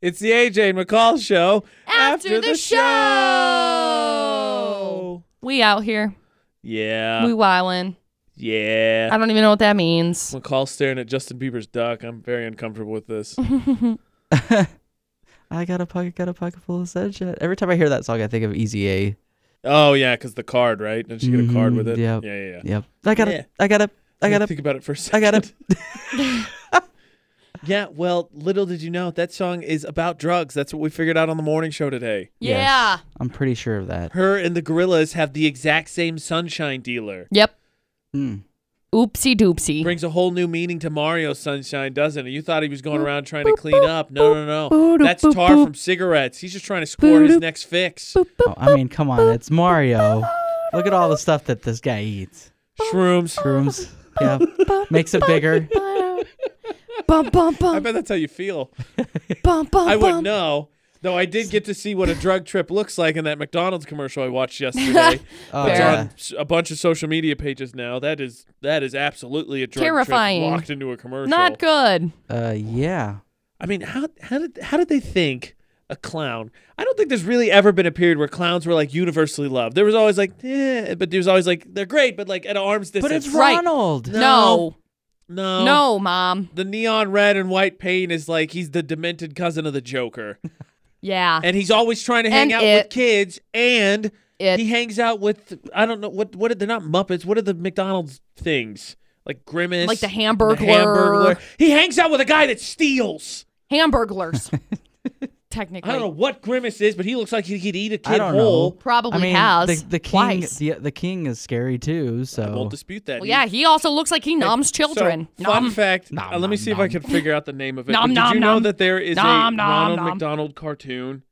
It's the AJ and McCall show After the show. We out here. Yeah. we wildin'. yeah. I don't even know what that means. McCall's staring at Justin Bieber's duck. I'm very uncomfortable with this. I got a pocket, got a pocket full of sunshine. Every time I hear that song, I think of Easy A. oh yeah, because the card, right? Didn't she get a card Mhm, with it? yep. Yeah, yeah, yeah. Yep. I got Yeah. it. I got it. I got it. think about it for a second. I got it. Yeah, well, little did you know that song is about drugs. That's what we figured out on the morning show today. Yes. Yeah. I'm pretty sure of that. Her and the gorillas have the exact same sunshine dealer. Yep. Mm. Oopsie doopsie. Brings a whole new meaning to Mario Sunshine, doesn't it? You thought he was going around trying to clean up. No, no, no. That's tar from cigarettes. He's just trying to score his next fix. Oh, I mean, come on. It's Mario. Look at all the stuff that this guy eats. Shrooms. Shrooms. Yeah. Makes it bigger. bum bum I bum bet that's how you feel. bum bum. I wouldn't bum. know. Though I did get to see what a drug trip looks like in that McDonald's commercial I watched yesterday. Oh, It's Fair. yeah. on s- a bunch of social media pages now. That is that is absolutely a drug Terrifying. trip locked into a commercial. Not good. Uh, yeah. I mean, how how did how did they think a clown? I don't think there's really ever been a period where clowns were like universally loved. There was always like, eh, but there was always like they're great, but like at arm's distance. But it's right. Ronald. No. No. no, No, mom. The neon red and white paint is like he's the demented cousin of the Joker, Yeah. and he's always trying to hang And out with it. kids, and It. he hangs out with I don't know what what are, they're not Muppets. What are the McDonald's things like Grimace, Like the the Hamburglar. Hamburglar? He hangs out with a guy that steals. Hamburglers. Technically. I don't know what Grimace is, but he looks like he could eat a I kid don't whole. know. Probably I mean, has. the, the king. twice. The, the king is scary too. I So won't dispute that. well, yeah, he also looks like he noms children. So, fun Nom. fact. Nom, uh, let me nom, see if I nom. can figure out the name of it. Nom, but did nom, you know nom. that there is a Nom, nom, Ronald nom. McDonald cartoon?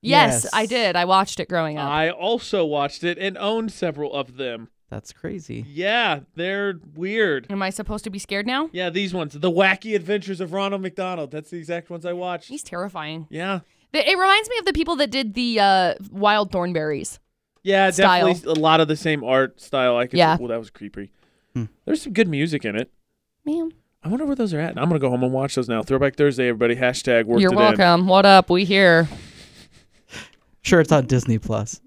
yes, Yes. I did. I watched it growing up. I also watched it and owned several of them. that's crazy. Yeah, they're weird. Am I supposed to be scared now? Yeah, these ones, the Wacky Adventures of Ronald McDonald. That's the exact ones I watched. He's terrifying. Yeah, Th- It reminds me of the people that did the uh, wild thornberries. yeah, Style. definitely a lot of the same art style. I could. Yeah. Well, that was creepy. Hmm. There's some good music in it. Man, I wonder where those are at. I'm gonna go home and watch those now. Throwback Thursday, everybody. Hashtag worked you're it in. welcome. What up? We here. Sure, it's on Disney Plus.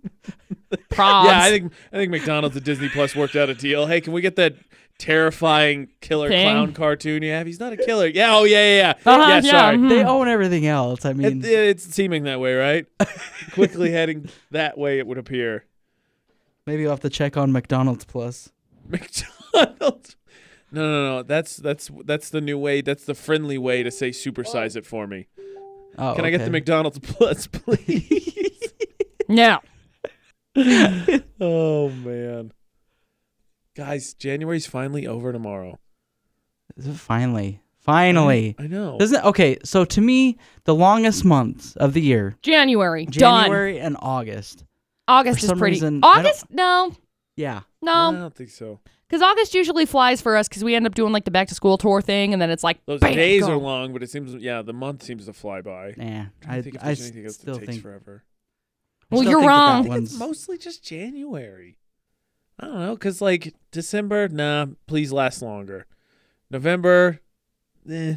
Props. Yeah, I think I think McDonald's and Disney Plus worked out a deal. Hey, can we get that terrifying killer Thing? clown cartoon you have? He's not a killer. Yeah. Oh yeah yeah yeah. Uh-huh, yeah, yeah, Sorry. mhm. They own everything else. I mean, Hmm. It- it's seeming that way, right? Quickly heading that way, it would appear. maybe you'll have to check on McDonald's Plus. McDonald's. No, no, no. That's that's that's the new way. That's the friendly way to say supersize it for me. Oh, Can I get the okay. McDonald's Plus, please? No. oh man, guys, January's finally over tomorrow. Finally, finally. I know. Oh. Doesn't okay. So to me, the longest months of the year, January. Done. January and August. August For is some pretty. reason, I don't- August? No. Yeah, I No. don't think so. Because August usually flies for us because we end up doing like the back to school tour thing and then it's like. Those bam, days go. are long, but it seems yeah, the month seems to fly by. yeah. I I, think if I there's s- anything else still that takes think. forever. Well, still you're think that that I wrong. think it's one's- mostly just January. I don't know, cause like December, nah, please last longer. November, eh,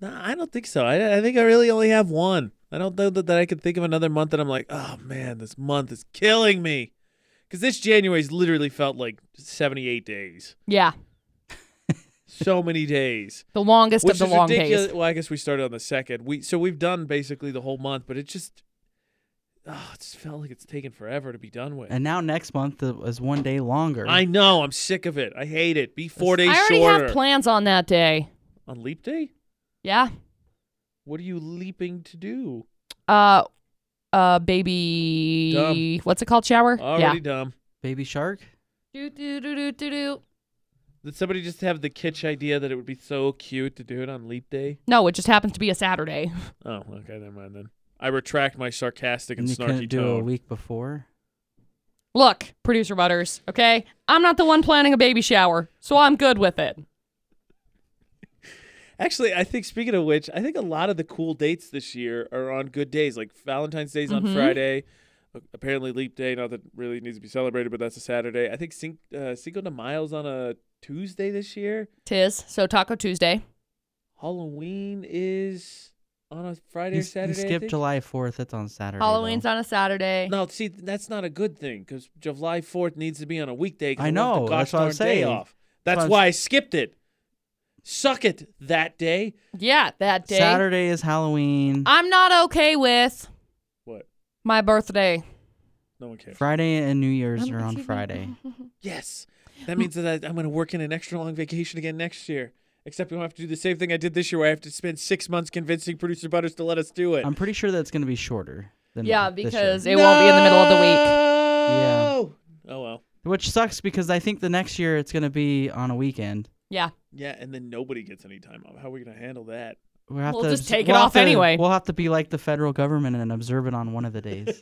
nah, I don't think so. I, I think I really only have one. I don't know that, that I could think of another month that I'm like, oh man, this month is killing me, cause this January's literally felt like 78 days, Yeah. so many days. The longest of the long ridiculous. days. Well, I guess we started on the second. We so we've done basically the whole month, but it just oh, it just felt like it's taken forever to be done with. And now next month uh, is one day longer. I know, I'm sick of it. I hate it. Be four days I already shorter have plans on that day. on leap day. Yeah. What are you leaping to do? Uh, uh, baby. Dumb. What's it called? Shower? Already dumb. Baby shark. yeah. Do, do, do, do, do, do. Did somebody just have the kitsch idea that it would be so cute to do it on leap day? No, it just happens to be a Saturday. Oh, okay, never mind then. I retract my sarcastic and, And you snarky couldn't do a tone. week before. Look, producer Butters, okay? I'm not the one planning a baby shower, so I'm good with it. Actually, I think speaking of which, I think a lot of the cool dates this year are on good days, like Valentine's Day's on Mhm. Friday. A- Apparently, Leap Day, not that it really needs to be celebrated, but that's a Saturday. I think Cin- uh, Cinco de Miles on a Tuesday this year. Tis, so Taco Tuesday. Halloween is on a Friday You, or s- you Saturday. I skip think? July 4th. It's on Saturday. though. Halloween's on a Saturday. No, see, that's not a good thing because July Fourth needs to be on a weekday. 'cause I we want know, The gosh that's what I'm darn Day saying. off. That's That's, what I'm why I skipped it. Suck it that day. Yeah, that day. Saturday is Halloween. I'm not okay with What? my birthday. No one cares. Friday and New Year's I'm are on even- Friday. Yes, that means that I, I'm going to work in an extra long vacation again next year. Except we don't have to do the same thing I did this year, where I have to spend six months convincing producer Butters to let us do it. I'm pretty sure that's going to be shorter. Than Yeah, this year. because it won't be in the middle of the week. No! Oh well. which sucks because I think the next year it's going to be on a weekend. Yeah. Yeah, and then nobody gets any time off. How are we going to handle that? We'll, have We'll to, just take it we'll have off to- anyway. We'll have to be like the federal government and observe it on one of the days.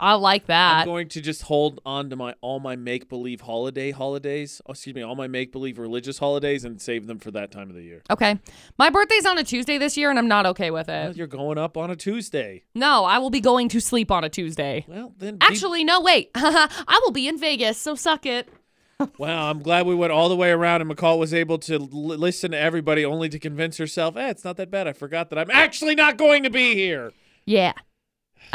I like I'm that. going to just hold on to my all my make believe holiday holidays. Oh, excuse me, all my make believe religious holidays, and save them for that time of the year. Okay. My birthday's on a Tuesday this year, and I'm not okay with Well, it. you're going up on a Tuesday. No, I will be going to sleep on a Tuesday. Well, then be- Actually, no, wait. I will be in Vegas, so suck it. wow, I'm glad we went all the way around, and McCall was able to l- listen to everybody, only to convince herself, "Eh, it's not that bad." I forgot that I'm actually not going to be here. Yeah.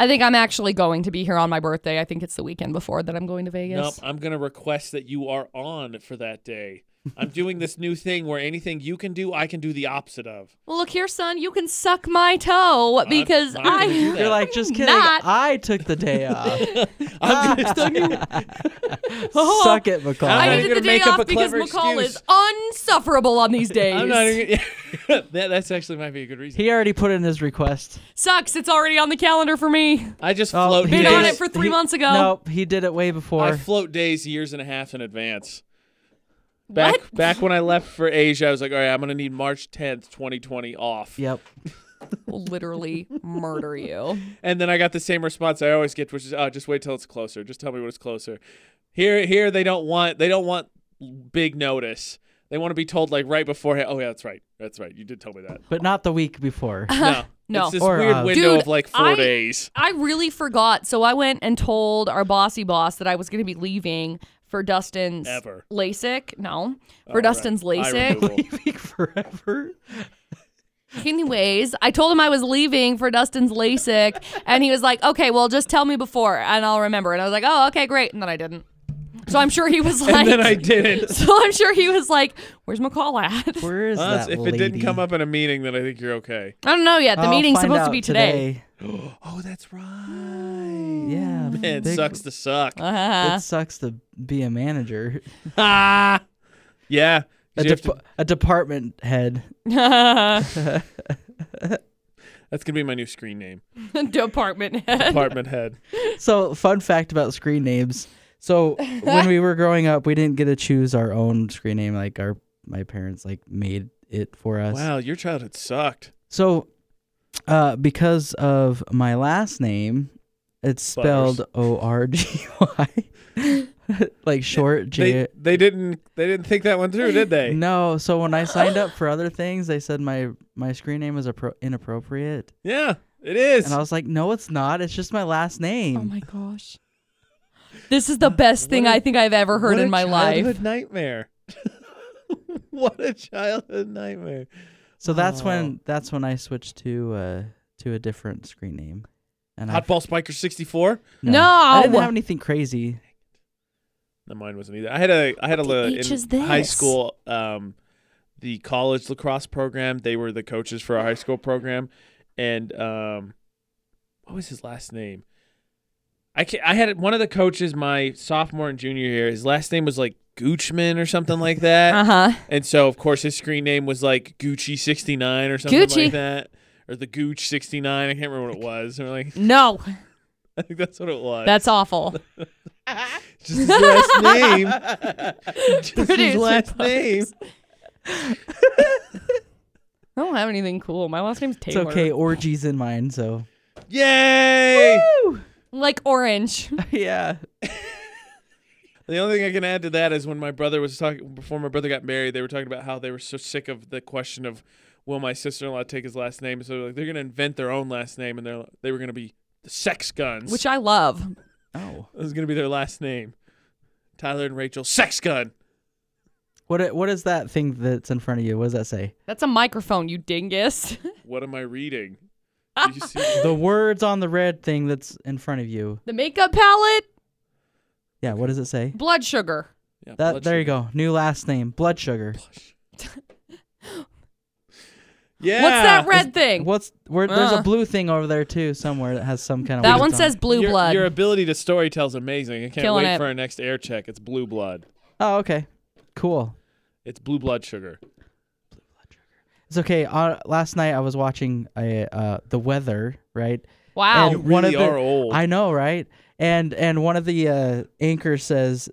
I think I'm actually going to be here on my birthday. I think it's the weekend before that I'm going to Nope, Vegas. I'm going to request that you are on for that day. I'm doing this new thing where anything you can do, I can do the opposite of. Well, look here, son. You can suck my toe because I'm gonna do I. that. You're like, just kidding. Not- I took the day off. I'm gonna suck you. Suck it, McCall. I'm Oh. I not needed even the gonna day make up off a because clever McCall excuse. is unsufferable on these days. I'm not even. that, that's actually might be a good reason. he already put in his request. Sucks. It's already on the calendar for me. I just Oh, float. he Been days. on it for three he- months ago. Nope, he did it way before. I float days years and a half in advance. Back back when I left for Asia, I was like, all right, I'm gonna need March 10th, 2020 off. yep. Will literally murder you. And then I got the same response I always get, which is, oh, just wait till it's closer. Just tell me when it's closer. Here, here, they don't want they don't want big notice. They want to be told like right beforehand. Oh yeah, that's right, that's right. You did tell me that. But not the week before. No, No. it's this Or, weird uh, window Dude, of like four I- days. I really forgot. So I went and told our bossy boss that I was going to be leaving for Dustin's Ever. LASIK. No, Oh, for right. Dustin's Eye LASIK. removal. Week forever. Anyways, I told him I was leaving for Dustin's LASIK, and he was like, "Okay, well, just tell me before, and I'll remember." And I was like, "Oh, okay, great." And then I didn't. So I'm sure he was like, and then I didn't. "So I'm sure he was like, where's McCall at?" Where is Honest, that if it didn't come up in a meeting, then I think you're okay. I don't know yet. The meeting's supposed to be today. Oh, that's right. Yeah. Man, big- sucks to suck. Uh-huh. It sucks to be a manager, Ah. yeah. 'cause a, you have dep- to- a department head. that's gonna be my new screen name. Department head. Apartment head. So, fun fact about screen names. So, when we were growing up, we didn't get to choose our own screen name. Like our my parents like made it for us. Wow, your childhood sucked. So, uh, because of my last name, it's Butters. spelled O R G Y, like short J. They they didn't they didn't think that one through, did they? No, so when I signed up for other things, they said my my screen name was appro- inappropriate, Yeah, it is. and I was like, "No, it's not. It's just my last name." Oh my gosh. This is the best thing a- I think I've ever heard Uh, What in a my life. Childhood nightmare. what a childhood nightmare. so that's Oh. when that's when I switched to uh to a different screen name. And I, Hotball Spiker sixty four. No. I didn't have anything crazy. No, mine wasn't either. I had a I had What a the li- H in is this? high school um the college lacrosse program. They were the coaches for our high school program, and um, what was his last name? I can I had one of the coaches my sophomore and junior year. His last name was like Goochman or something like that, Uh-huh. and so of course his screen name was like Gucci sixty nine or something Gucci. like that, or the Gooch sixty nine. I can't remember what it was. And we're like, No. I think that's what it was. That's awful. Just his last name. Just his Producer last Butters. name. I don't have anything cool. My last name's It's Taylor. okay. Orgies in mine, so Yay! Like orange. yeah. The only thing I can add to that is when my brother was talking before my brother got married, they were talking about how they were so sick of the question of will my sister-in-law take his last name? So like they're gonna invent their own last name, and they're they were gonna be the Sex Guns, Which I love. Oh, that was gonna be their last name. Tyler and Rachel Sex Gun. What i- what is that thing that's in front of you? What does that say? That's a microphone, you dingus. What am I reading? Do you see? The words on the red thing that's in front of you. the makeup palette, Yeah, what does it say? blood sugar. Yeah, That blood there you sugar. go. New last name, blood sugar. Yeah. What's that red thing? What's where, there's Uh. a blue thing over there too somewhere that has some kind of that words one on says it. blue your, blood. Your ability to storytell's amazing. I can't Killing wait it. for our next air check. It's blue blood. Oh, okay. Cool. It's blue blood sugar. It's okay. Uh, last night I was watching a, uh, the weather, right? wow. You And one really of the- are old. I know, right? And and one of the uh, anchors says,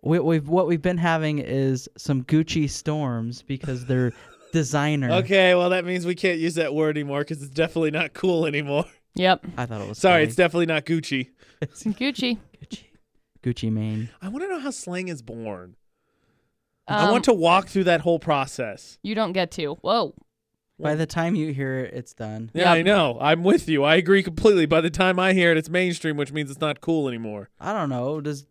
we, "We've what we've been having is some Gucci storms because they're designer." okay, well that means we can't use that word anymore because it's definitely not cool anymore. yep. I thought it was Sorry, it's funny. definitely not Gucci. Gucci. Gucci, Gucci Mane. I want to know how slang is born. I Um, want to walk through that whole process. You don't get to. Whoa. By the time you hear it, it's done. Yeah, I Yep. know. I'm with you. I agree completely. By the time I hear it, it's mainstream, which means it's not cool anymore. I don't know. Does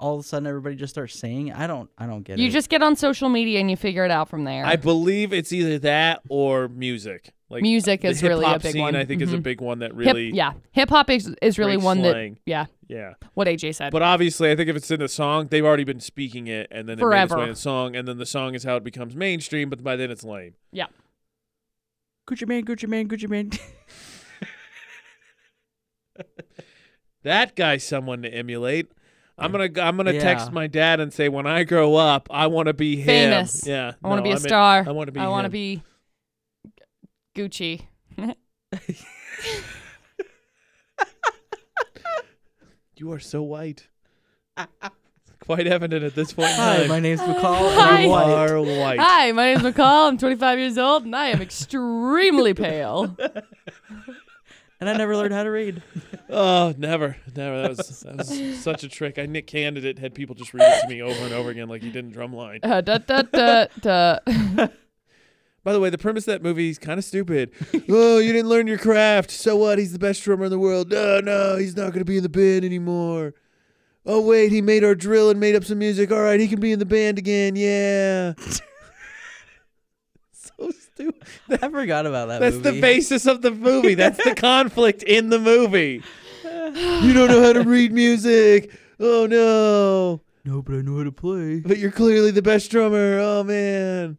all of a sudden everybody just start saying? it? I don't. I don't get it. You just get on social media and you figure it out from there. I believe it's either that or music. Like Music the is really a hip-hop big scene, one. I think, is a Mhm. big one that really. Hip, yeah. Hip hop is, is really breaks one slang. that. Yeah. yeah. What AJ said. But obviously, I think if it's in the song, they've already been speaking it, and then it made its Forever. way in the song, and then the song is how it becomes mainstream. But by then, it's lame. yeah. Gucci Mane, Gucci Mane, Gucci Mane. That guy's someone to emulate. I'm gonna I'm gonna Yeah. text my dad and say, when I grow up, I want to be him. Famous. Yeah, I want no, to be a I'm in- star. I want to be. I want to him. be Gucci. You are so white. It's Quite evident at this point. in Hi, time. my name's McCall. and Hi. I'm You white. are white. Hi, my name is McCall. I'm 25 years old, and I am extremely pale. and I never learned how to read. Oh, never, never. That was, that was such a trick. I Nick candid it. Had people just read it to me over and over again, like you didn't drumline. Uh, da, da, da, da. By the way, the premise of that movie is kind of stupid. oh, you didn't learn your craft. So what? He's the best drummer in the world. No, no, he's not going to be in the band anymore. Oh, wait, he made our drill and made up some music. All right, he can be in the band again. Yeah. so stupid. I forgot about that. That's movie. the basis of the movie. That's the conflict in the movie. you don't know how to read music. Oh, no. No, but I know how to play. But you're clearly the best drummer. Oh man.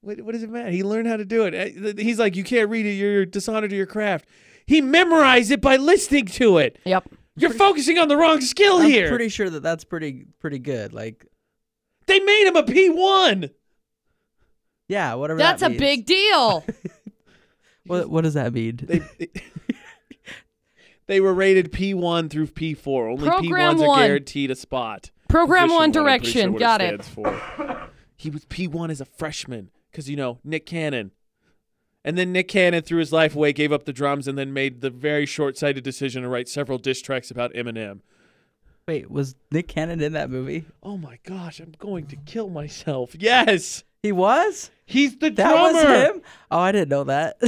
What, what does it matter? He learned how to do it. Uh, th- He's like, you can't read it. You're dishonor to your craft. He memorized it by listening to it. Yep. You're focusing on the wrong skill I'm here. pretty sure that that's pretty pretty good. Like, they made him a P1. yeah, whatever. That's that a means. big deal. What What does that mean? They, they were rated P1 through P4. Only Program P1s are one. guaranteed a spot. Program Position One I'm pretty Direction. sure what Got it. stands for. He was P1 as a freshman because, you know, Nick Cannon. And then Nick Cannon threw his life away, gave up the drums, and then made the very short sighted decision to write several diss tracks about Eminem. Wait, was Nick Cannon in that movie? Oh my gosh, I'm going to kill myself. Yes! He was. He's the That drummer! was him. Oh, I didn't know that.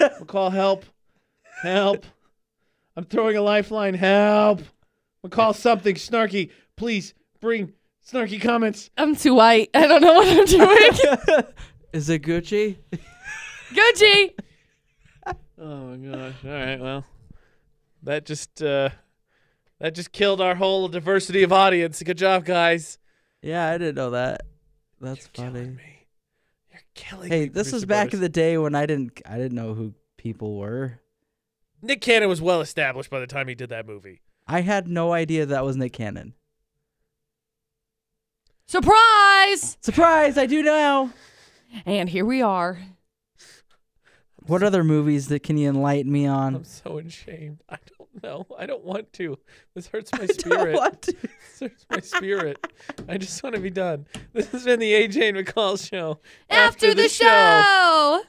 McCall, help. Help. I'm throwing a lifeline. Help. McCall, something snarky. Please bring snarky comments. I'm too white. I don't know what I'm doing. Is it Gucci? Gucci. Oh my gosh. All right, well. That just uh that just killed our whole diversity of audience. Good job, guys. Yeah, I didn't know that. That's Killing funny. me. You're killing me. Hey, this was producer back in bonus. the day when I didn't I didn't know who people were. Nick Cannon was well established by the time he did that movie. I had no idea that was Nick Cannon. Surprise! Surprise! I do now. And here we are. What other movies that can you enlighten me I'm on? so ashamed. I don't know. I don't want to. This hurts my Don't spirit. want to- This hurts my spirit. I just want to be done. This has been the AJ and McCall show. After, the, show.